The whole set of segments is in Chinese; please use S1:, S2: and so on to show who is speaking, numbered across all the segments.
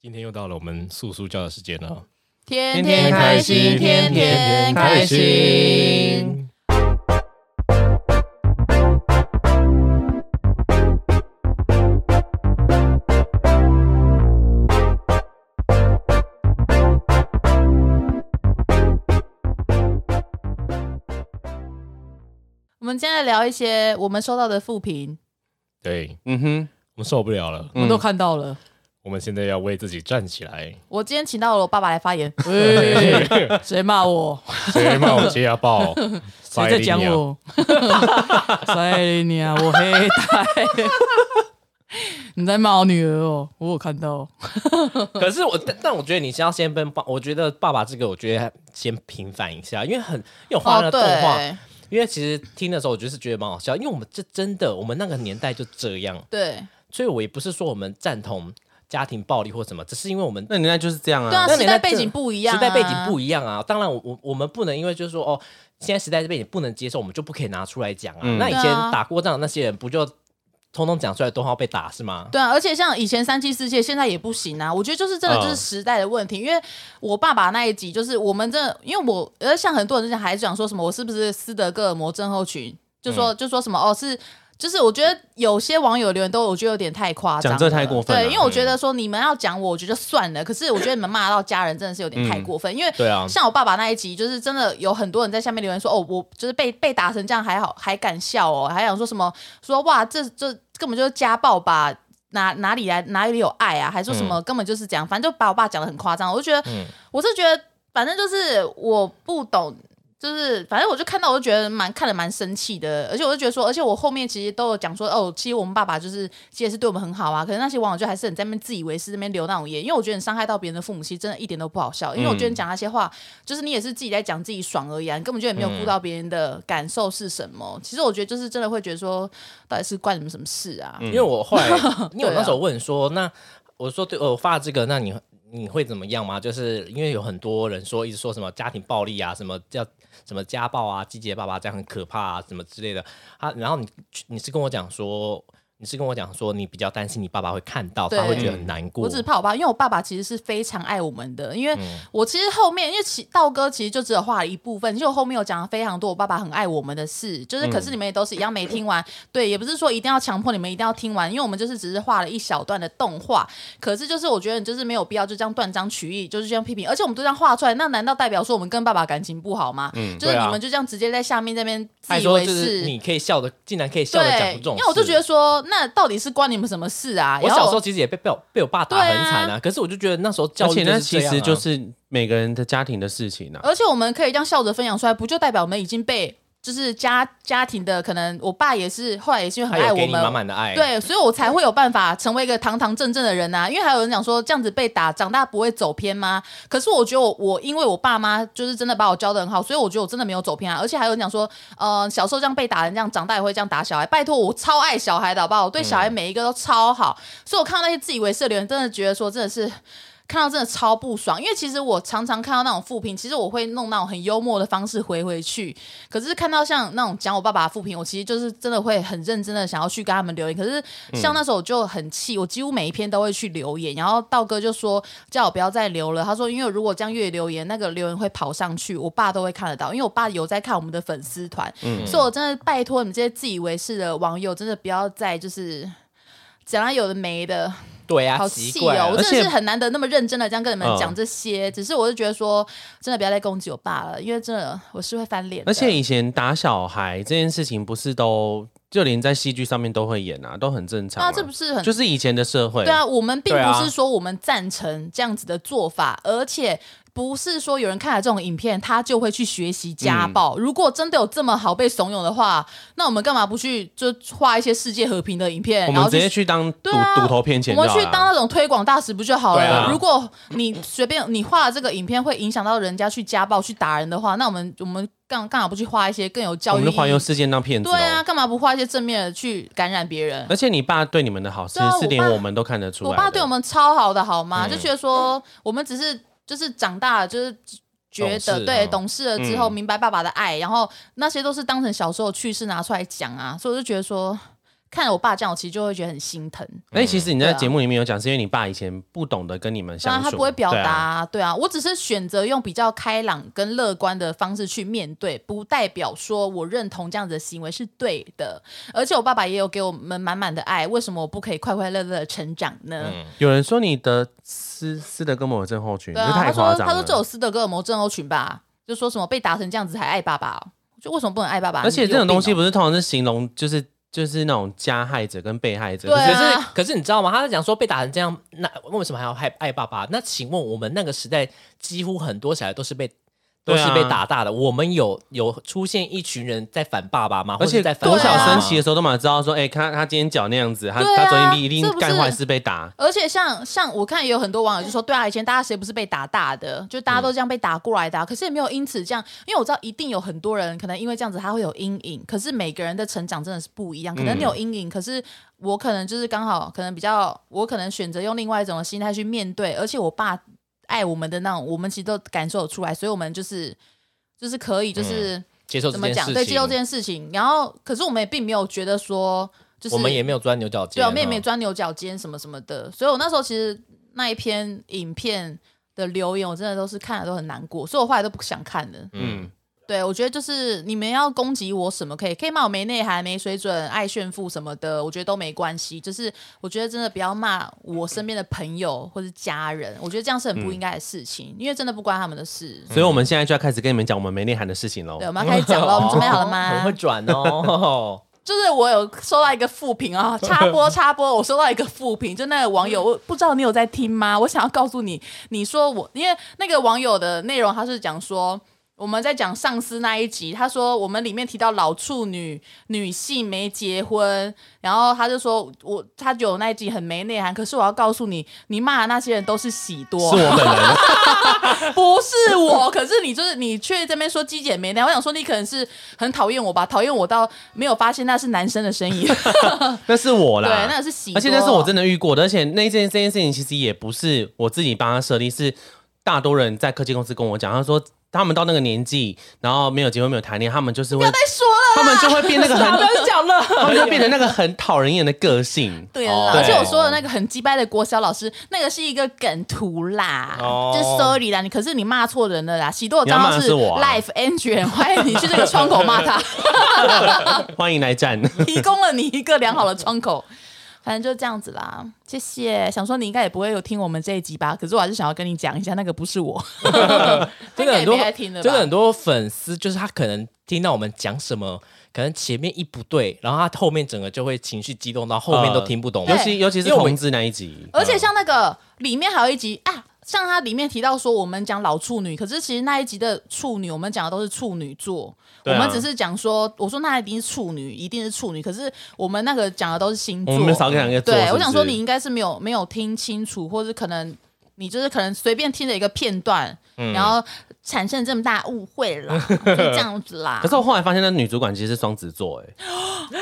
S1: 今天又到了我们素素教的时间了，
S2: 天
S3: 天开心天天开心。
S2: 我们今天来聊一些我们收到的负评，
S1: 对
S3: 嗯哼，
S1: 我们受不了
S3: 嗯
S1: 了，
S2: 我们都看到了。
S1: 我们现在要为自己站起来。
S2: 我今天请到了我爸爸来发言，哦喂谁骂我？
S1: 谁骂我接家暴？
S2: 谁在
S1: 啊
S2: 讲我？ 塞你啊！我黑带， 你在骂我女儿哦，我有看到。
S3: 可是我，但但我觉得你是要先跟爸，我觉得爸爸这个，我觉得先平反一下，因为很因为我画那个动画，
S2: 哦对
S3: 因为其实听的时候我就是觉得蛮好笑，因为我们这真的我们那个年代就这样，
S2: 对
S3: 所以我也不是说我们赞同家庭暴力或什么，只是因为我们
S4: 那年代就是这样
S2: 对啊，
S4: 啊，
S3: 那
S2: 时
S3: 你
S2: 代
S3: 在
S2: 背
S3: 这
S2: 景不一样啊，
S3: 时代背景不一样啊。当然我，我我们不能因为就是说哦，现在时代背景不能接受，我们就不可以拿出来讲啊。
S4: 嗯
S3: 那以前
S2: 对啊
S3: 打过仗的那些人不就通通讲出来都要被打是吗？
S2: 对啊，而且像以前三妻四妾，现在也不行啊。我觉得就是真的就是
S1: 嗯
S2: 时代的问题，因为我爸爸那一集就是我们真的，因为我呃像很多人就讲还讲说什么我是不是斯德哥尔摩症候群，就
S4: 嗯
S2: 说、就说什么哦是。就是我觉得有些网友留言都我觉得有点太夸张了，
S4: 讲这太过分了嗯
S2: 对，因为我觉得说你们要讲我，我觉得算了。可是我觉得你们骂到家人真的是有点
S4: 嗯
S2: 太过分，因为
S3: 对啊
S2: 像我爸爸那一集，就是真的有很多人在下面留言说，哦，我就是被被打成这样还好，还敢笑哦，还想说什么说哇，这这根本就是家暴吧。哪哪里来哪里有爱啊？还说什么、根本就是这样，反正就把我爸讲的很夸张。我就觉得，我是觉得，反正就是我不懂，就是反正我就看到我就觉得蛮看了蛮生气的，而且我就觉得说，而且我后面其实都有讲说，哦，其实我们爸爸就是其实是对我们很好啊。可是那些网友就还是很在那边自以为是那边流那种言，因为我觉得你伤害到别人的父母，其实真的一点都不好笑。因为我觉得你讲那些话，就是你也是自己在讲自己爽而已、啊，你根本就也没有顾到别人的感受是什么。其实我觉得就是真的会觉得说，到底是关你们什么事啊？
S3: 因为我后 来，因为我那时候问说，那我说对，我发这个，那你你会怎么样吗？就是因为有很多人说，一直说什么家庭暴力啊，什么叫什么家暴啊，季节爸爸这样很可怕啊，什么之类的。啊，然后你你是跟我讲说，你是跟我讲说，你比较担心你爸爸会看到，
S2: 对
S3: 他会觉得很难过。
S2: 我只是怕我爸，因为我爸爸其实是非常爱我们的，因为
S3: 嗯
S2: 我其实后面因为其道哥其实就只有画了一部分，其实我后面有讲了非常多我爸爸很爱我们的事，就是
S3: 嗯
S2: 可是你们也都是一样没听完，对，也不是说一定要强迫你们一定要听完，因为我们就是只是画了一小段的动画，可是就是我觉得你就是没有必要就这样断章取义，就是这样批评，而且我们都这样画出来，那难道代表说我们跟爸爸感情不好吗？就是
S3: 对啊
S2: 你们就这样直接在下面这边自
S3: 还
S2: 以
S3: 说
S2: 为
S3: 就是你可以笑的，竟然可以笑的讲
S2: 对，
S3: 出这种
S2: 因
S3: 事，
S2: 为我就觉得说，那到底是关你们什么事啊？
S3: 我
S2: 然后
S3: 小时候其实也被被我被我爸打很惨
S2: 对
S3: 啊，可是我就觉得那时候教
S4: 而
S3: 育
S4: 且
S3: 就
S4: 那
S3: 是
S4: 其
S3: 这样啊
S4: 实就是每个人的家庭的事情啊。
S2: 而且我们可以这样笑着分享出来，不就代表我们已经被就是家家庭的可能，我爸也是，后来也是因为
S3: 他
S2: 很爱
S3: 有
S2: 我
S3: 给
S2: 们，
S3: 你满满的爱，
S2: 对，所以哎我才会有办法成为一个堂堂正正的人啊。因为还有人讲说这样子被打，长大不会走偏吗？可是我觉得我我因为我爸妈就是真的把我教的很好，所以我觉得我真的没有走偏啊。而且还有人讲说，呃，小时候这样被打人，这样长大也会这样打小孩。拜托，我超爱小孩的好不好？我对小孩每一个都超好，所以我看到那些自以为是的留言，真的觉得说真的是。看到真的超不爽，因为其实我常常看到那种负评，其实我会弄那种很幽默的方式回回去，可是看到像那种讲我爸爸的负评，我其实就是真的会很认真的想要去跟他们留言。可是
S4: 嗯
S2: 像那时候我就很气，我几乎每一篇都会去留言。然后道哥就说叫我不要再留了，他说因为如果这样越留言，那个留言会跑上去，我爸都会看得到，因为我爸有在看我们的粉丝团，
S4: 嗯
S2: 所以我真的拜托你们这些自以为是的网友，真的不要再就是。讲他有的没的，
S3: 对啊，
S2: 好
S3: 奇
S2: 气
S3: 怪啊
S2: 哦！我真的
S4: 而
S2: 是
S4: 且
S2: 很难得那么认真的这样跟你们
S4: 嗯
S2: 讲这些，只是我就觉得说，真的不要再攻击我爸了，因为真的我是会翻脸的。
S4: 而且以前打小孩这件事情，不是都就连在戏剧上面都会演啊，都很正常、
S2: 那、
S4: 啊。
S2: 这不是很
S4: 就是以前的社会？
S2: 对啊，我们并
S3: 对
S2: 不
S3: 啊
S2: 是说我们赞成这样子的做法，而且不是说有人看了这种影片，他就会去学习家暴。
S4: 嗯
S2: 如果真的有这么好被怂恿的话，那我们干嘛不去就画一些世界和平的影片，
S4: 我
S2: 然
S4: 们
S2: 后
S4: 直接
S2: 去
S4: 去当赌
S2: 对啊
S4: 赌头骗钱就
S2: 我
S4: 好
S2: 们
S4: 了啊，
S2: 去当那种推广大使不就好了？
S3: 对啊
S2: 如果你随便你画的这个影片会影响到人家去家暴、去打人的话，那我们我们干干嘛不去画一些更有
S4: 我
S2: 教育
S4: 们
S2: 意
S4: 就环游
S2: 义？
S4: 世界当骗子、哦。
S2: 对啊，，干嘛不画一些正面的去感染别人？
S4: 而且你爸对你们的好，其
S2: 对啊
S4: 实是连
S2: 我爸
S4: 我们都看得出来
S2: 我
S4: 的。
S2: 爸对我们超好的，好吗？就觉得说我们只是就是长大了，就是觉
S3: 懂
S2: 得
S3: 事
S2: 对
S3: 嗯
S2: 懂事了之后，明白爸爸的爱，然后那些都是当成小时候趣事拿出来讲啊，所以我就觉得说。看我爸这样，我其实就会觉得很心疼。
S4: 哎，其实你在
S2: 对啊
S4: 节目里面有讲，是因为你爸以前不懂得跟你们
S2: 当
S4: 相
S2: 然他
S4: 处，
S2: 不会表
S4: 对
S2: 达、
S4: 啊
S2: 对啊，我只是选择用比较开朗跟乐观的方式去面对，不代表说我认同这样子的行为是对的。而且我爸爸也有给我们满满的爱，为什么我不可以快快乐乐的成长呢？
S4: 有人说你得斯斯德哥尔摩症候群，
S2: 对
S4: 这
S2: 啊，
S4: 太
S2: 他
S4: 夸
S2: 说
S4: 张了。
S2: 他说这有斯德哥尔摩症候群吧，就说什么被打成这样子还爱爸爸哦、就为什么不能爱爸爸？
S4: 而且
S2: 你有
S4: 这种东西
S2: 病哦
S4: 不是通常是形容，就是就是那种加害者跟被害者，
S2: 对
S4: 就是
S3: 可
S2: 啊
S3: 是，可是你知道吗？他在讲说被打成这样，那为什么还要害爱爸爸？那请问我们那个时代，几乎很多小孩都是被都
S4: 对啊
S3: 是被打大的。我们有有出现一群人在反爸爸吗？
S4: 而且
S3: 或者在反
S4: 国
S2: 对
S4: 小
S2: 啊
S4: 升旗的时候都嘛知道说，哎、他他今天脚那样子，他、
S2: 对啊
S4: 他昨天一定
S2: 是不是
S4: 干坏事被打。
S2: 而且像像我看也有很多网友就说，对啊，以前大家谁不是被打大的，就大家都这样被打过来的、啊，可是也没有因此这样，因为我知道一定有很多人可能因为这样子他会有阴影，可是每个人的成长真的是不一
S4: 嗯
S2: 样，可能你有阴影，可是我可能就是刚好可能比较，我可能选择用另外一种的心态去面对，而且我爸爱我们的那种，我们其实都感受得出来，所以我们就是就是可以就是。
S4: 嗯
S3: 接受这
S2: 怎么
S3: 件事
S2: 讲？
S3: 情，
S2: 对，接受这件事情。然后，可是我们也并没有觉得说，就是
S3: 我们也没有钻牛角尖，
S2: 对，我们也没
S3: 嗯
S2: 钻牛角尖什么什么的。所以我那时候其实那一篇影片的留言，我真的都是看了都很难过，所以我后来都不想看了。
S4: 嗯，
S2: 对，我觉得就是你们要攻击我什么可以，可以骂我没内涵、没水准、爱炫富什么的，我觉得都没关系。就是我觉得真的不要骂我身边的朋友或是家人，我觉得这样是很不
S3: 嗯
S2: 应该的事情，因为真的不关他们的事。
S4: 所以我们现在就要开始跟你们讲我们没内涵的事情喽
S2: 对，。啊我们要开始讲了，我们准备好了吗？
S3: 很会转哦。
S2: 就是我有收到一个负评啊，插播插播，我收到一个负评，就那个网友，我不知道你有在听吗？ 我想要告诉你，你说我，因为那个网友的内容，他是讲说。我们在讲上司那一集，他说我们里面提到老处女、女性没结婚，然后他就说我他就有那一集很没内涵，可是我要告诉你，你骂的那些人都是喜多，
S4: 是我本 人，
S2: 不是我，可是你就是你去这边说鸡姐没呢，我想说你可能是很讨厌我吧，讨厌我到没有发现那是男生的声音，
S4: 那是我啦。
S2: 对，那是喜多，
S4: 而且那是我真
S2: 的
S4: 的遇过的，而且那件这件事情其实也不是我自己帮他设立，是大多人在科技公司跟我讲，他说他们到那个年纪，然后没有结婚没有谈恋爱，他们就是会，
S2: 再说了，
S4: 他们就会变那个
S2: 不
S4: 很，
S2: 要讲了。
S4: 他们就变成那个很讨人厌的个性。
S2: 对啦，
S3: 哦
S2: 而且我说的那个很鸡掰的国小老师，那个是一个梗图啦，
S3: 哦
S2: 就是 sorry 啦，你可是你骂错人了啦。喜多的账
S4: 你
S2: 号
S4: 要骂的是我啊
S2: life engine，欢 迎你去这个窗口骂他，
S4: 欢迎来战。
S2: 提供了你一个良好的窗口。 反正就这样子啦，谢谢。想说你应该也不会有听我们这一集吧，可是我还是想要跟你讲一下，那个不是 我，
S3: 真的很多
S2: 应该也没在听了吧
S3: 真的很多粉丝就是他可能听到我们讲什么，可能前面一不对，然后他后面整个就会情绪激动到后
S4: 嗯
S3: 面都听不懂。
S4: 尤
S2: 对
S4: 其尤其是
S3: 因为我们
S4: 同志那一集，
S2: 而且像那个里面还有一集啊，像它里面提到说我们讲老处女，可是其实那一集的处女，我们讲的都是处女座，
S4: 对啊
S2: 我们只是讲说，我说那一定是处女，一定是处女，可是我们那个讲的都是星座，
S4: 我们少给两个做。
S2: 对，
S4: 是
S2: 我
S4: 不是
S2: 想说你应该是没有没有听清楚，或者可能你就是可能随便听了一个片段，
S4: 嗯
S2: 然后产生这么大误会啦，就这样子啦。
S4: 可是我后来发现，那女主管其实是双子 座，哎，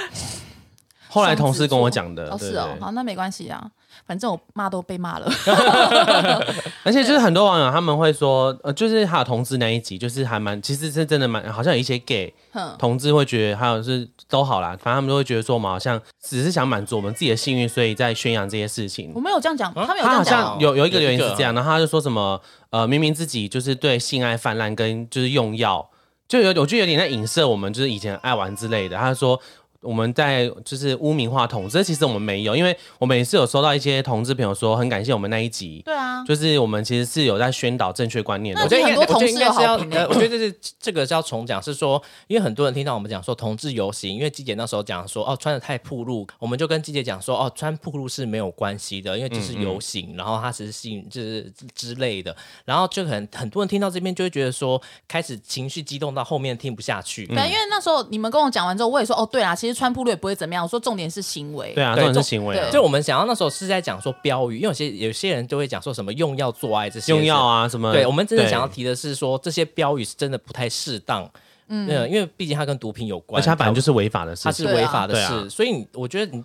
S4: 后来同事跟我讲的，
S2: 哦
S4: 对
S2: 是哦，
S4: 对
S2: 好那没关系啊，反正我骂都被骂了，
S4: 而且就是很多网友他们会说，呃，就是还有同志那一集，就是还蛮，其实是真的蛮，好像有一些 gay
S2: 哼，
S4: 同志会觉得，还有是都好啦，反正他们都会觉得说，我们好像只是想满足我们自己的幸运，所以在宣扬这些事情
S2: 我。没有这样讲，他没有这
S4: 他
S2: 样
S4: 啊
S2: 讲
S4: 好像
S2: 哦。
S4: 有有一个留言
S3: 有一
S4: 是
S3: 个
S4: 这样，然后他就说什么呃，明明自己就是对性爱泛滥跟就是用药，就有我就有点在影射我们就是以前爱玩之类的。他说我们在就是污名化同志，其实我们没有，因为我们也是有收到一些同志朋友说很感谢我们那一集，
S2: 对啊，
S4: 就是我们其实是有在宣导正确观念
S2: 那
S3: 我
S4: 的
S2: 就。
S3: 觉得应该
S2: 很多
S3: 我
S2: 同
S3: 觉得应
S2: 事
S3: 该
S2: 有
S3: 是要，
S2: 好评欸
S3: 呃我觉得这是这个是要重讲，是说，因为很多人听到我们讲说同志游行，因为季姐那时候讲说，哦，穿的太暴露，我们就跟季姐讲说，哦，穿暴露是没有关系的，因为这
S4: 嗯
S3: 是游行，然后它只是性就是之类的，然后就很很多人听到这边就会觉得说，开始情绪激动到后面听不下去，
S2: 啊
S4: 嗯
S2: 对，因为那时候你们跟我讲完之后，我也说哦，对啦，其实穿铺路也不会怎么样。我说重点是行为，
S4: 对啊，这
S3: 对
S4: 种是
S3: 这
S4: 行为啊
S2: 对，
S3: 就我们想要那时候是在讲说标语，因为有些有些人就会讲说什么用药做爱这些
S4: 用药
S3: 啊。
S4: 啊什么。
S3: 对，我们真的想要
S4: 对，
S3: 提的是说，这些标语是真的不太适当。嗯，因为毕竟它跟毒品有关，
S4: 而且它本来就是是违法的事
S3: 它
S4: 情
S3: 是。
S2: 对啊
S3: 违法的
S4: 对
S3: 事，
S4: 啊
S3: 所以你我觉得你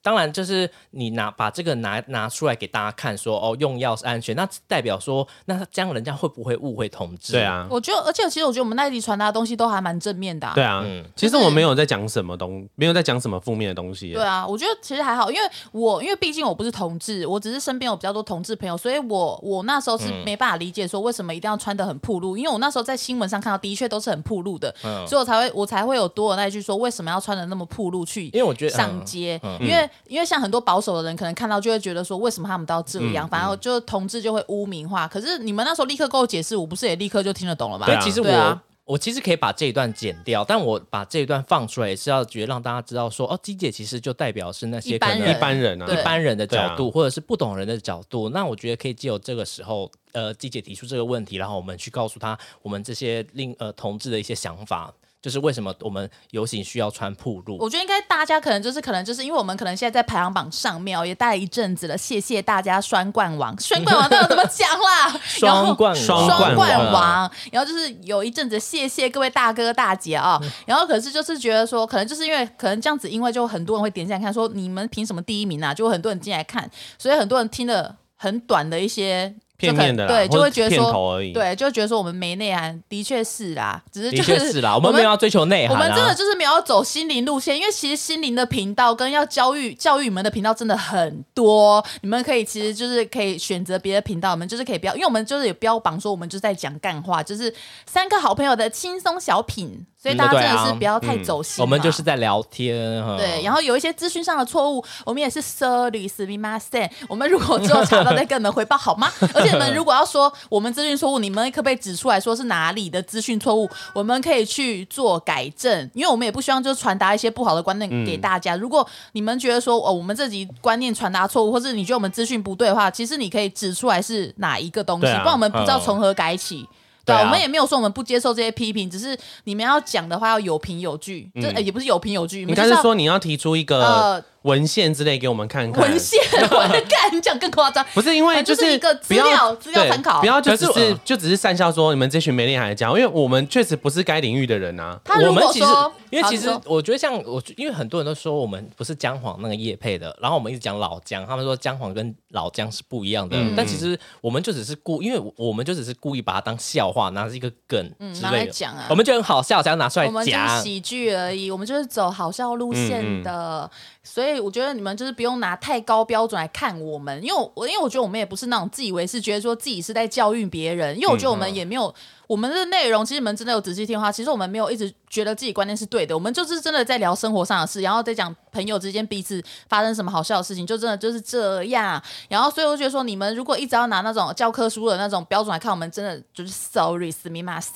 S3: 当然，就是你拿把这个拿拿出来给大家看说，哦，用药是安全，那代表说，那这样人家会不会误会同志？
S4: 对，啊，
S2: 我觉得，而且其实我觉得我们那一集传达的东西都还蛮正面的、啊。
S4: 对啊
S3: 嗯，
S4: 其实我没有在讲什么东，没有在讲什么负面的东西。
S2: 对啊，我觉得其实还好，因为我因为毕竟我不是同志，我只是身边有比较多同志朋友，所以我我那时候
S3: 嗯
S2: 是没办法理解说为什么一定要穿的很暴露，因为我那时候在新闻上看到的确都是很暴露的，
S3: 嗯
S2: 所以我才会我才会有多的那一句说为什么要穿的那么暴露去
S3: 因为我嗯觉得
S2: 上街，因为因为像很多保守的人可能看到就会觉得说为什么他们都要这样，
S3: 嗯
S2: 反正就是同志就会污名化。可是你们那时候立刻跟我解释，我不是也立刻就听得懂了吗？
S4: 对
S3: 所以
S4: 啊
S3: 其实我、
S2: 对啊
S3: 我其实可以把这一段剪掉，但我把这一段放出来也是要觉得让大家知道说，哦，机姐其实就代表是那些
S2: 一
S3: 可
S2: 般
S3: 能
S2: 人
S4: 一般人啊，
S2: 对
S3: 一般人的
S4: 对
S3: 角
S4: 啊
S3: 度，或者是不懂人的角度，那我觉得可以借由这个时候，呃，季姐提出这个问题，然后我们去告诉他我们这些另呃同志的一些想法，就是为什么我们游行需要穿铺路。
S2: 我觉得应该大家可能就是可能就是因为我们可能现在在排行榜上面哦，也待一阵子了，谢谢大家栓冠王，栓冠王到底怎么讲啦？ 然后
S3: 双冠
S4: 双
S2: 双
S4: 冠
S2: 冠
S3: 王，
S2: 王，然后就是有一阵子谢谢各位大哥大姐啊、
S3: 嗯
S2: 然后可是就是觉得说，可能就是因为可能这样子，因为就很多人会点进来看说你们凭什么第一名啊？就很多人进来看，所以很多人听了很短的一些
S4: 片面的
S3: 啊
S2: 就可
S4: 啦
S2: 能对，就会觉得
S4: 或者片
S2: 说
S4: 头而已。
S2: 对，就会觉得说我们没内涵，的确是啦，只是
S3: 的
S2: 就
S3: 确
S2: 是
S3: 是啦，我们没有要追求内
S2: 我
S3: 涵
S2: 们真的
S3: 啊。
S2: 就是没有要走心灵路线，因为其实心灵的频道跟要教育教育你们的频道真的很多，你们可以其实就是可以选择别的频道，我们就是可以标，因为我们就是有标榜说我们就是在讲干话，就是三个好朋友的轻松小品，所以大家
S3: 嗯
S2: 真的
S3: 对
S2: 是
S3: 啊
S2: 不要太走心、
S3: 我们就是。在聊天哈，
S2: 对，然后有一些资讯上的错误，我们也是 sorry, s m i m a s e n 我们如果之后查到，再跟你们回报好吗？而且你们如果要说我们资讯错误，你们可不可以指出来说是哪里的资讯错误？我们可以去做改正，因为我们也不希望就是传达一些不好的观念给大家。如果你们觉得说哦，我们这集观念传达错误，或是你觉得我们资讯不对的话，其实你可以指出来是哪一个东西，
S4: 对啊
S2: 不然我们不知道
S3: 嗯
S2: 从何改起。对、
S3: 对啊
S2: 我们也没有说我们不接受这些批评，只是你们要讲的话要有凭有据，这、呃也不是有凭有据，你
S4: 应
S2: 们
S4: 该
S2: 就是要
S4: 说你要提出一
S2: 呃
S4: 个文献之类给我们看看。
S2: 文献，我的干，你讲更夸张。
S4: 不是因为
S2: 反正就是
S4: 是
S2: 一个资
S4: 不要
S2: 料资料
S4: 对
S2: 参考
S4: 不要就只
S3: 可是
S4: 是
S3: 我
S4: 就只是善笑说你们这群没内涵的家伙，因为我们确实不是该领域的人啊。
S2: 他
S3: 我
S2: 如
S3: 们
S2: 果
S3: 其实
S2: 说，，
S3: 因为
S2: 好
S3: 其
S2: 你
S3: 实
S2: 说
S3: 我觉得像我，因为很多人都说我们不是姜黄那个叶配的，然后我们一直讲老姜，他们说姜黄跟老姜是不一样的，
S2: 嗯
S3: 但其实我们就只是故，因为我我们就只是故意把它当笑话，拿是一个梗
S2: 嗯
S3: 之
S2: 拿来
S3: 类的，
S2: 讲啊
S3: 我们就很好笑，想要拿出来
S2: 我们就是
S3: 讲。
S2: 喜剧而已，我们就是走好笑路线的，所以我觉得你们就是不用拿太高标准来看我们，因为我因为我觉得我们也不是那种自以为是，觉得说自己是在教育别人，因为我觉得我们也没有、我们的内容，其实你们真的有仔细听的话，其实我们没有一直觉得自己观念是对的，我们就是真的在聊生活上的事，然后再讲朋友之间彼此发生什么好笑的事情，就真的就是这样。然后所以我就觉得说，你们如果一直要拿那种教科书的那种标准来看，我们真的就是 sorry 死命骂 s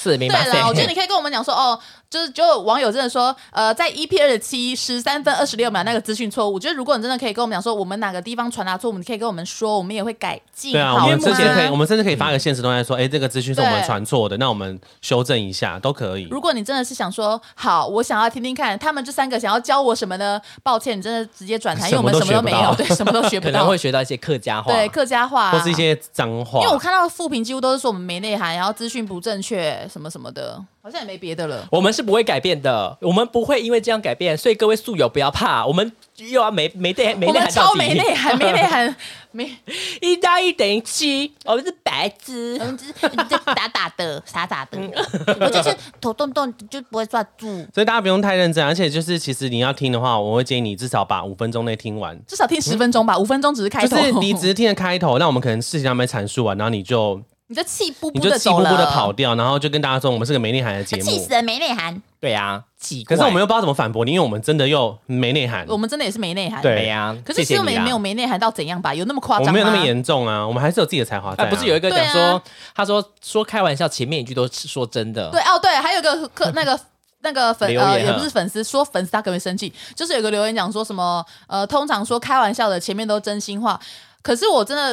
S3: 是明白？
S2: 对啦，我觉得你可以跟我们讲说，哦，就是就有网友真的说，呃，在 EP 二十七十三分二十六秒那个资讯错误，我觉得如果你真的可以跟我们讲说，我们哪个地方传达错误，你可以跟我们说，我们也会改进。
S4: 对啊，
S2: 好
S4: 我们
S2: 吗
S4: 之前可以，我们甚至可以
S3: 嗯
S4: 发个现实动态说，哎，这个资讯是我们传错的，那我们修正一下都可以。
S2: 如果你真的是想说好，我想要听听看他们这三个想要教我什么呢？抱歉，你真的直接转台，因为我们什
S4: 什
S2: 么都
S4: 么都
S2: 没
S4: 学不
S2: 有，
S4: 到
S2: 对，什么都学不
S3: 可能
S2: 到
S3: 会。学到一些客家话，
S2: 对客家话、啊，
S4: 或是一些脏话
S2: 因为，我看到的复评几乎都是说我们没内涵，然后资讯不正确什么什么的，好像也没别的了。
S3: 我们是不会改变的，我们不会因为这样改变，所以各位宿友不要怕，我们又要没没内没
S2: 我
S3: 内
S2: 们
S3: 涵到
S2: 超
S3: 底
S2: 没内涵，没内涵，没
S3: 一加一等于七，我们是白痴
S2: 我。们只是嗯就打打的，傻傻
S4: 嗯
S2: 的， 我就是头动动就不会抓住，
S4: 所以大家不用太认真，啊而且就是其实你要听的话，我会建议你至少把五分钟内听完，
S2: 至少听十分钟吧，五分钟只是开
S4: 就
S2: 头。
S4: 是你只是听了开头，那我们可能事情还没阐述完，然后你就
S2: 你就气不
S4: 你
S2: 不
S4: 就
S2: 的
S4: 气呼
S2: 走
S4: 呼
S2: 了，啊
S4: 的跑掉，然后就跟大家说我们是个没内涵的节目。
S2: 气死人没内涵。
S3: 对啊，奇
S4: 可
S3: 怪。
S4: 是我们又不知道怎么反驳你，因为我们真的又没内涵，
S2: 我们真的也是没内涵，
S4: 对
S3: 对呀，
S2: 可是其实
S3: 谢谢
S2: 我们
S3: 你
S2: 也
S3: 啊
S2: 没有。没内涵到怎样吧？有那么夸
S4: 我
S2: 张
S4: 们
S2: 吗？
S4: 没有那么严重啊，我们还是有自己的才华在、
S3: 哎，
S4: 啊。
S3: 不是有一个讲
S2: 对
S3: 说
S2: 啊，
S3: 他说说开玩笑，前面一句都是说真的。啊
S2: 对哦，对，还有一个 客那个。那个粉
S3: 留言
S2: 呃
S3: 啊
S2: 也不是粉丝说粉丝他可能会生气，就是有个留言讲说什么呃通常说开玩笑的前面都真心话，可是我真的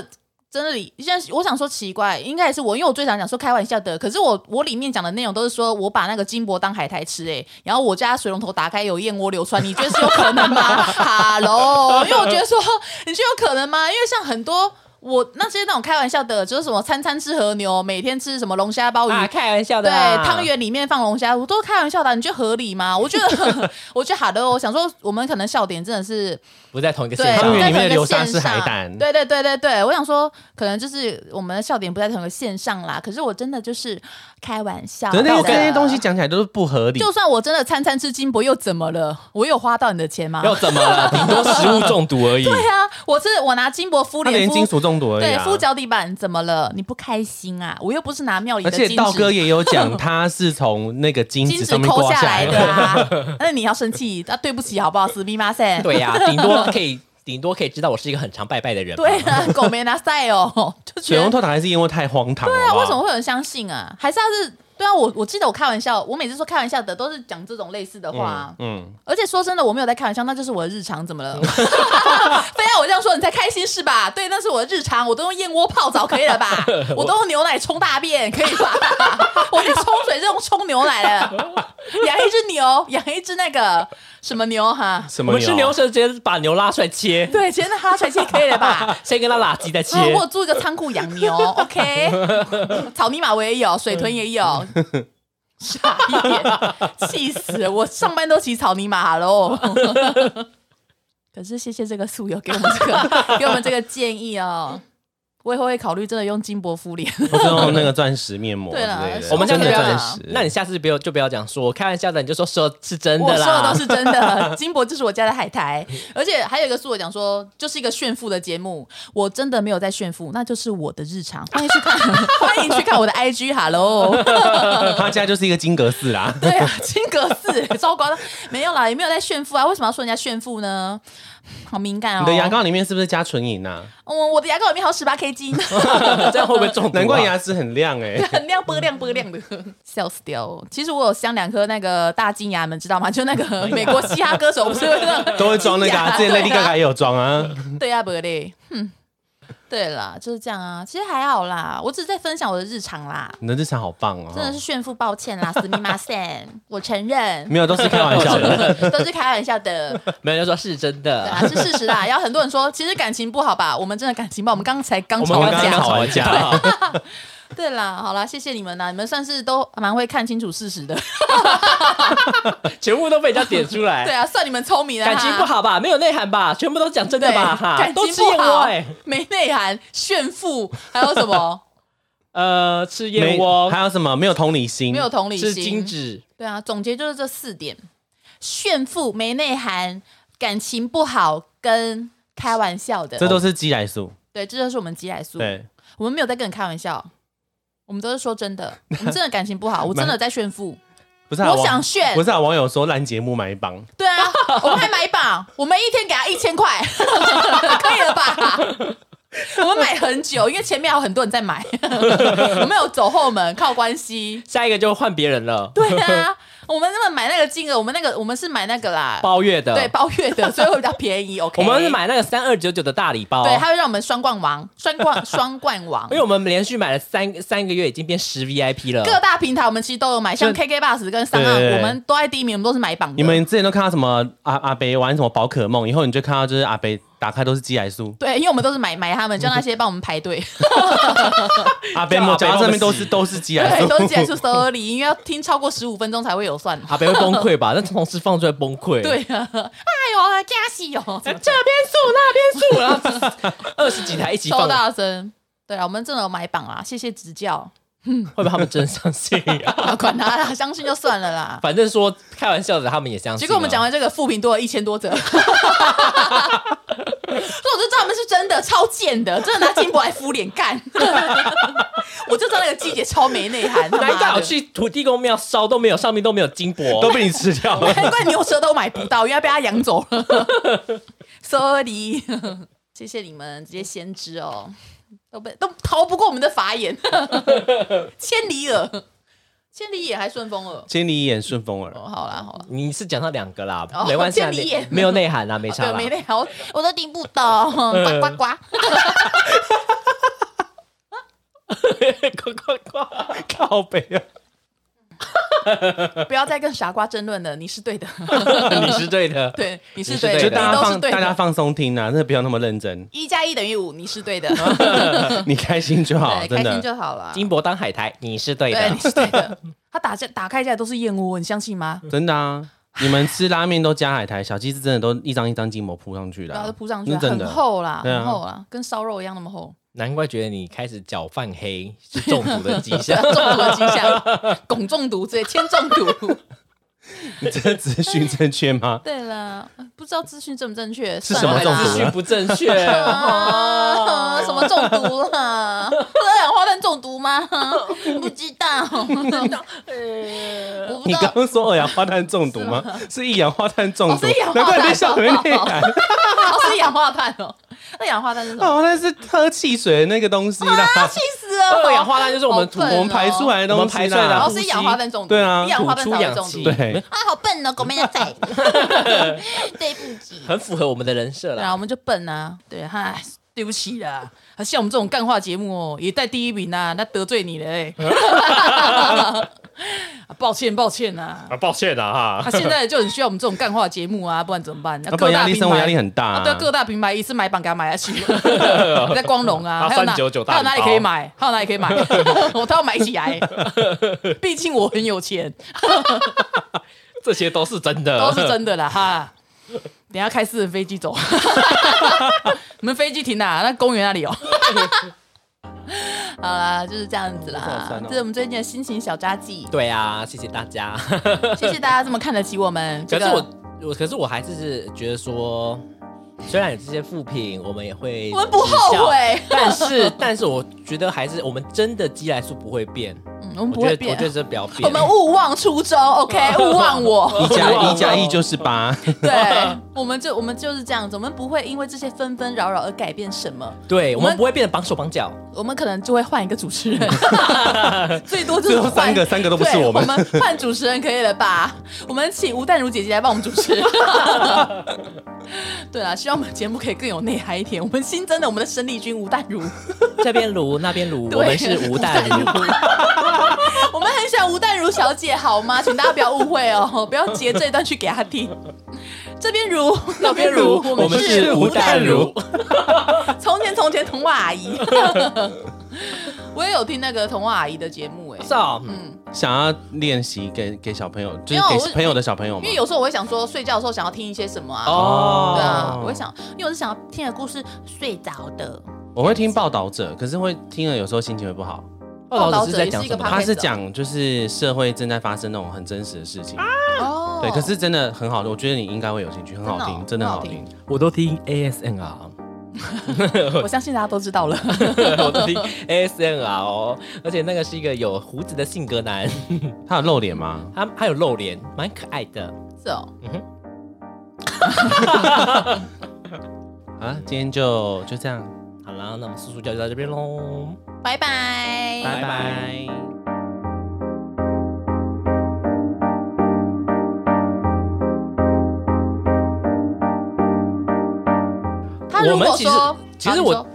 S2: 真的里现在我想说奇怪，应该也是我，因为我最想讲说开玩笑的，可是我我里面讲的内容都是说我把那个金箔当海苔吃哎、欸然后我家水龙头打开有燕窝流出来，你 觉得是有可能吗哈喽，因为我觉得说你觉得有可能吗？因为像很多我那些那种开玩笑的，就是什么餐餐吃和牛，每天吃什么龙虾鲍鱼
S4: 哦
S3: 啊，开玩笑
S2: 对
S3: 的啦，
S2: 汤圆里面放龙虾，我都开玩笑的啊，你觉得合理吗？我 觉得，我觉得好的，哦我想说，我们可能笑点真的是
S3: 不在同一个
S2: 对啊
S3: 线
S4: 汤
S2: 不
S4: 圆
S2: 在同
S4: 里
S3: 上。
S4: 面
S2: 一
S4: 留
S2: 个
S4: 下
S2: 线
S4: 是海
S2: 上
S4: 胆
S2: 对对对对对，我想说，可能就是我们的笑点不在同一个线上啦。可是我真的就是开玩笑
S4: 可
S2: 的，
S4: 是那些那些东西讲起来都是不合理。
S2: 就算我真的餐餐吃金箔又怎么了？我有花到你的钱吗？
S4: 啊
S3: 又怎么了？顶多食物中毒而已。
S2: 对啊，我是我拿金箔敷
S4: 他
S2: 脸
S4: 连
S2: 敷
S4: 金属中毒而已、
S2: 对
S4: 啊。
S2: 敷脚底板怎么了？你不开心啊？我又不是拿庙里
S4: 而
S2: 的金纸，
S4: 且道哥也有 讲，他是从那个金
S2: 金
S4: 子
S2: 纸
S4: 上面
S2: 抠
S4: 刮
S2: 下
S4: 来
S2: 来的 啊。那你要生气啊？对不起，好不好？死逼妈噻！
S3: 对呀、顶多可以，顶多可以知道我是一个很常拜拜的人。
S2: 对，啊，狗没拿赛哦， 就觉
S4: 水
S2: 得
S4: 龙头塔还是因为太荒唐了。
S2: 对啊，
S4: 好不好
S2: 为什么会有人相信啊？还是他是对啊？我我记得我开玩笑，我每次说开玩笑的都是讲这种类似的话啊、
S4: 嗯，
S2: 而且说真的，我没有在开玩笑，那就是我的日常，怎么 了？ 非要我这样说，你才开心是吧？对，那是我的日常，我都用燕窝泡澡可以了 吧？我都用牛奶冲大便可以吧？ 我连冲水就用冲牛奶了，养一只牛，养一只那个什么牛哈？
S4: 什
S3: 我
S4: 么
S3: 们吃牛舌直接把牛拉出 来切，
S2: 对，今天哈水器可以了 吧？
S3: 先跟它拉鸡再切
S2: 啊，。我有租一个仓库养牛，OK？草泥马我也有，水豚也有，傻眼，气死了！我上班都骑草泥马喽。 可是谢谢这个素友给我们这个 给我们这个建议哦，我以后会考虑真的用金箔敷脸。
S4: 或是用那个钻石面膜之
S2: 对
S4: 类
S2: 啦
S4: 的。
S2: 是
S3: 我们这
S4: 真的
S3: 样子
S4: 钻
S2: 啊
S4: 石，
S3: 那你下次不要就不要讲说我开玩笑的，你就说说是真
S2: 我
S3: 的
S2: 说的
S3: 啦
S2: 都。是真的，金箔就是我家的海苔，而且还有一个素友讲说，就是一个炫富的节目，我真的没有在炫富，那就是我的日常。欢迎去看， 欢迎去看我的 IG，哈喽。
S4: 他家就是一个金格 寺啦。
S2: 对啊，金格寺糟糕了，没有啦，也没有在炫富啊，为什么要说人家炫富呢？好敏感哦！
S4: 你的牙，膏里面是不是加纯银啊？
S2: 我、我的牙膏里面还有十八 K 金，
S3: 这样会不会中毒啊？
S4: 难怪牙齿很亮哎。
S2: 很亮波亮波亮的，笑死掉！其实我有镶两颗那个大金牙，你们知道吗？就那个美国嘻哈歌手不是会那种
S4: 都会装那个、啊，之前 Lady Gaga 也有装啊。
S2: 对啊，不嘞，哼，对啦，就是这样啊。其实还好啦，我只是在分享我的日常啦。
S4: 你的日常好棒哦，
S2: 真的是炫富，抱歉啦，死密马线，我承认，
S4: 没有都是开玩 笑的。
S2: 都是开玩笑的。
S3: 没有就说是真
S2: 对
S3: 的。
S2: 啊，是事实啦。然后很多人说，其实感情不好吧？我们真的感情不好，我们刚才刚
S3: 我
S2: 吵完
S3: 们刚刚
S2: 架。
S3: 吵完架，
S2: 对啦，好啦，谢谢你们啦，你们算是都蛮会看清楚事实的。
S3: 全部都被人家点 出
S2: 对
S3: 来。
S2: 啊，算你们聪明了。
S3: 哎感情不，好吧？没有内涵吧？全部都讲真
S2: 对
S3: 的吧？哈，
S2: 感
S3: 都
S2: 情
S3: 吃燕
S2: 不
S3: 窝
S2: 好
S3: 哎，，
S2: 没内涵，炫富，还有什 么？
S3: 呃，吃燕窝
S4: 还有什么没有同理心？
S2: 没有同理
S3: 吃金
S2: 心。
S3: 纸，
S2: 对啊，总结就是这四点：炫富、没内涵、感情不好跟开玩笑的
S4: 这。都是鸡来素。
S2: 对，这就是我们鸡来素。
S4: 对，
S2: 我们没有在跟你开玩笑，我们都是说真的。我们真的感情不 好，我真的在炫富。
S4: 不是啊、
S2: 我
S4: 网
S2: 想炫
S4: 不是啊，网友说烂节目买榜，
S2: 对啊，我们还买榜，我们一天给他一千块， 可以了吧？ 我们买很久，因为前面还有很多人在买， 我们有走后门，靠关系。
S3: 下一个就换别人了，
S2: 对啊，我们那么买那个金额，我们那个我们是买那个啦，
S3: 包月的。
S2: 对，包月的，所以会比较便宜。OK，
S3: 我们是买哦那个三二九九的大礼包，
S2: 对，他会让我们双冠王， 双冠双冠王
S3: 因。为我们连续买了三三个月，已经变十 VIP 了。
S2: 各大平台我们其实都有买，像 KK Bus 跟三
S4: 对对
S2: 岸，
S4: 对
S2: 我们都在第一名，我们都是买榜的。
S4: 你们之前都看到什么阿阿北玩什么宝可梦，以后你就看到就是阿北打开都是鸡 来素，
S2: 对，因为我们都是买买他们，叫那些帮我们排队。
S4: 阿北
S3: 叫
S4: 摸
S3: 阿北
S4: 脚上面都
S3: 帮我
S4: 是
S3: 洗
S4: 都是鸡来
S2: 对，
S4: 素。
S2: 都是结束 sorry，因为要听超过十五分钟才会有算。
S3: 阿北会崩溃吧？那 同事放出来崩溃。
S2: 对啊，哎呦，加戏哦，
S3: 哎，这边素那边素，然后就是二十几台一起
S2: 超
S3: 放，
S2: 大声。对啊，我们真的有买榜啦，谢谢指教。
S3: 会不会他们真相信？
S2: 啊管他啦，相信就算了啦。
S3: 反正说开玩笑的，他们也相信啊。
S2: 结果我们讲完这个，副评多了一千多 折，所以我就知道他们是真的超贱的，真的拿金箔来敷脸干。 我就知道那个季姐超没内涵，他妈
S3: 哪
S2: 的
S3: 一大好去土地公庙烧都没有，上面都没有金箔，
S4: 都被你吃掉 了，
S2: 难怪牛舌都买不到，原来被他养走了。Sorry，谢 谢你们这些先知哦，都被都逃不过我们的法眼。 千里耳，千里眼还顺风耳。
S4: 千里眼顺风耳，
S2: 哦，好啦好啦，
S3: 你是讲到两个啦，
S2: 哦
S3: 没关系啊，
S2: 见你
S3: 你
S2: 眼
S3: 没有内涵啊，没
S2: 对
S3: 差，啦。
S2: 没内涵，我我都听不懂，呱呱呱。
S3: 快快快！
S4: 靠北啊！
S2: 不要再跟傻瓜争论了，你是对的，
S3: 你是对的，
S2: 对，你是
S3: 是
S2: 对的，
S4: 就
S3: 对
S2: 你
S3: 的
S4: 大家
S2: 都是
S4: 放
S2: 对
S4: 大家
S2: 的。
S4: 放松听啊，真的不要那么认真，
S2: 一加一等于五，你是对的，
S4: 你开心就好，
S2: 嗯对，
S4: 真
S2: 开心
S4: 的。
S2: 就好了。
S3: 金箔当海苔，你是对
S2: 对，
S3: 的
S2: 你。是对的。他打架打开架都是燕窝，你相信吗？
S4: 真的啊，你们吃拉面都加海苔，小鸡是真的都一张一张筋膜铺上去的
S2: 然
S4: 啊、
S2: 后就铺上去啊，
S4: 那真
S2: 很
S4: 的
S2: 厚啦，
S4: 对啊
S2: 很厚啦，跟烧肉一样那么厚。
S3: 难怪觉得你开始脚泛黑是中毒的迹象。
S2: 中毒的迹象，汞中毒之类，铅中毒。
S4: 你这 资讯正确吗？
S2: 对了，不知道资讯正不正确，
S4: 是
S2: 算了
S4: 什么
S2: 啦
S4: 中
S3: 资
S4: 毒
S3: 讯不正确，
S2: 啊，什么中毒啊啦？二氧化碳中毒 吗？不知道，我不
S4: 呃你
S2: 知
S4: 刚
S2: 道。
S4: 刚说二氧化碳中毒 吗？是一氧化碳中毒，
S2: 哦是一氧化
S4: 难
S2: 碳
S4: 怪你笑成那样。
S2: 哦，是一氧化碳哦，二氧化碳是什么？
S4: 哦，那是喝汽水的那个东西啦，
S2: 气死了！
S3: 二氧化碳就是我们吐
S2: 好笨哦
S4: 我们排出来的东
S3: 我们
S4: 西
S3: 排出来的
S2: 然
S4: 啦
S2: 后
S3: 啊。
S2: 哦是一氧化碳中毒，
S4: 对啊
S2: 一氧化碳
S3: 吐
S2: 才
S3: 出
S2: 会
S3: 氧
S2: 中毒
S3: 气。
S4: 对，
S2: 啊，好笨哦，狗妹 仔，对不起。
S3: 很符合我们的人设
S2: 对 啊，
S3: 啦。
S2: 我们就笨啊，对，嗨， 对不起啦。啊像我们这种干话节目哦，也带第一名啊，那得罪你了哎、 啊抱歉抱歉啊，
S1: 啊，抱歉啊
S2: 他、
S1: 哈，
S2: 现在就很需要我们这种干话节目啊， 不然怎么办？那
S4: 那不然
S2: 各大
S4: 压力
S2: 平
S4: 生活压力
S2: 台。
S4: 很大、
S2: 啊，对，各大平台一次买榜给他买下去，在光荣啊，
S1: 啊
S2: 还有哪
S1: 399
S2: 还有哪里可以
S1: 大礼包
S2: 买？还有哪里可以买？我都要买起来，毕竟我很有钱，
S3: 这些都是真 的
S2: 都是真的啦哈。等一下开私人飞机 走，你们飞机停哪？那公园那里
S3: 。
S2: 有。好啦，就是这样子
S4: 好
S2: 啦
S4: 惨哦，
S2: 这是我们最近的心情小札记
S3: 对啊，谢谢大家。
S2: 谢谢大家这么看得起我们。这
S3: 可是
S2: 个
S3: 我，我可是我还是是觉得说，虽然有这些负评，我们也会，
S2: 我们不后悔
S3: 但是， 但是我觉得还是我们真的基来数不会变。
S2: 嗯，我们不
S3: 我
S2: 会
S3: 觉得，我
S2: 变
S3: 觉。得这不要变。
S2: 我们勿忘初衷，OK，勿 忘我。
S4: 一加一加一就是八，
S2: 对，我们就我们就是这样子，我们不会因为这些纷纷扰扰而改变什么。
S3: 对，我
S2: 我
S3: 们
S2: 们
S3: 不会变得绑手绑脚。
S2: 我们可能就会换一个主持 人，最多就
S4: 最
S2: 是
S4: 后
S2: 换
S4: 三个三个都不是
S2: 对
S4: 我
S2: 我
S4: 们。
S2: 们换主持人可以了吧？我们请吴淡如姐姐来帮我们主 持。对啊啦，希望我们节目可以更有内涵一点。我们新增的我们的生力军吴淡如，
S3: 这边炉，那边炉，
S2: 对
S3: 我们是吴淡如。
S2: 我们很想吴淡如小姐好吗？请大家不要误会哦，不要截这一段去给她听。这边如，那边如，
S3: 我们是吴淡如。
S2: 从前从前童话阿姨，我也有听那个童话阿姨的节目哎、
S3: 是哦，
S4: 想要练习给给小朋友，就
S2: 因
S4: 是
S2: 为我
S4: 给朋友的小朋友
S2: 因
S4: 嘛。
S2: 为有时候我会想说，睡觉的时候想要听一些什么啊？
S3: 哦
S2: 对啊，我会想，因为我是想要听的故事睡着的。
S4: 我会听报道者，可是会听了有时候心情会不好。
S3: 报
S2: 道
S3: 道
S2: 者
S3: 者
S2: 是在
S3: 是在
S2: 讲
S3: 讲
S2: 什
S3: 什
S2: 么
S3: 么？
S4: 哦他是讲就是社会正在发生那种很真实的事情，
S2: 哦
S4: 对，可是真的很好，我觉得你应该会有兴趣，很好听，
S2: 真
S4: 真
S2: 的
S4: 的
S2: 哦
S4: 很好听。
S3: 我都听 ASMR，
S2: 我相信大家都知道了。
S3: 我都听 ASMR 哦，而且那个是一个有胡子的性格男，
S4: 他有露脸吗？
S3: 他他有露脸，蛮可爱的。
S2: 是哦，
S4: 啊，今天就就这样，
S3: 好啦，那我们叔叔教就到这边喽。
S2: 拜拜。
S4: 拜拜
S3: 拜拜。
S2: 他如
S3: 我们
S2: 果
S3: 其实
S2: 说，
S3: 其实
S2: 啊
S3: 我
S2: 你说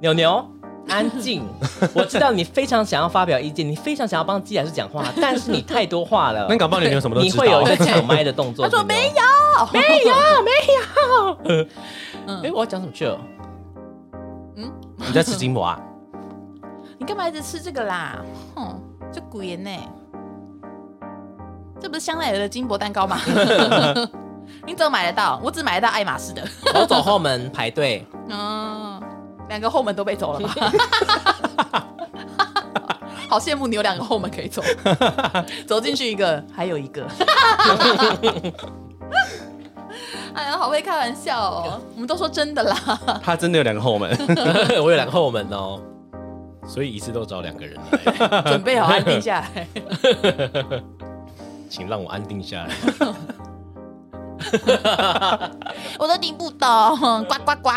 S3: 牛牛，安 静。我知道你非常想要发表意见，你非常想要帮基老师 讲话，但是你太多话了
S4: 那。搞不好你有什么都
S3: 你
S4: 知
S3: 会有
S4: 道
S3: 一。个抢麦的动作。
S2: 他说
S3: 牛
S2: 没
S3: 牛
S2: 有，没
S3: 哎，我要讲什么去了？
S4: 你在吃金箔啊？
S2: 有，你干嘛一直吃这个啦？哼，这古言呢？这不是香奈儿的金箔蛋 糕吗？你怎么买得到？我只买得到爱马仕的。
S3: 我走后门排队，
S2: 嗯，两个后门都被走了吗？ 好羡慕你有两个后门可 以走，走进去一个，还有一个。 哎呀，好会开玩笑哦！我们都说真的啦，
S4: 他真的有两个后门，
S3: 我有两个后门哦。
S1: 所以一次都找两个人来，
S2: 准备好安定下来。
S1: 请让我安定下来。
S2: 我都听不懂，呱呱呱。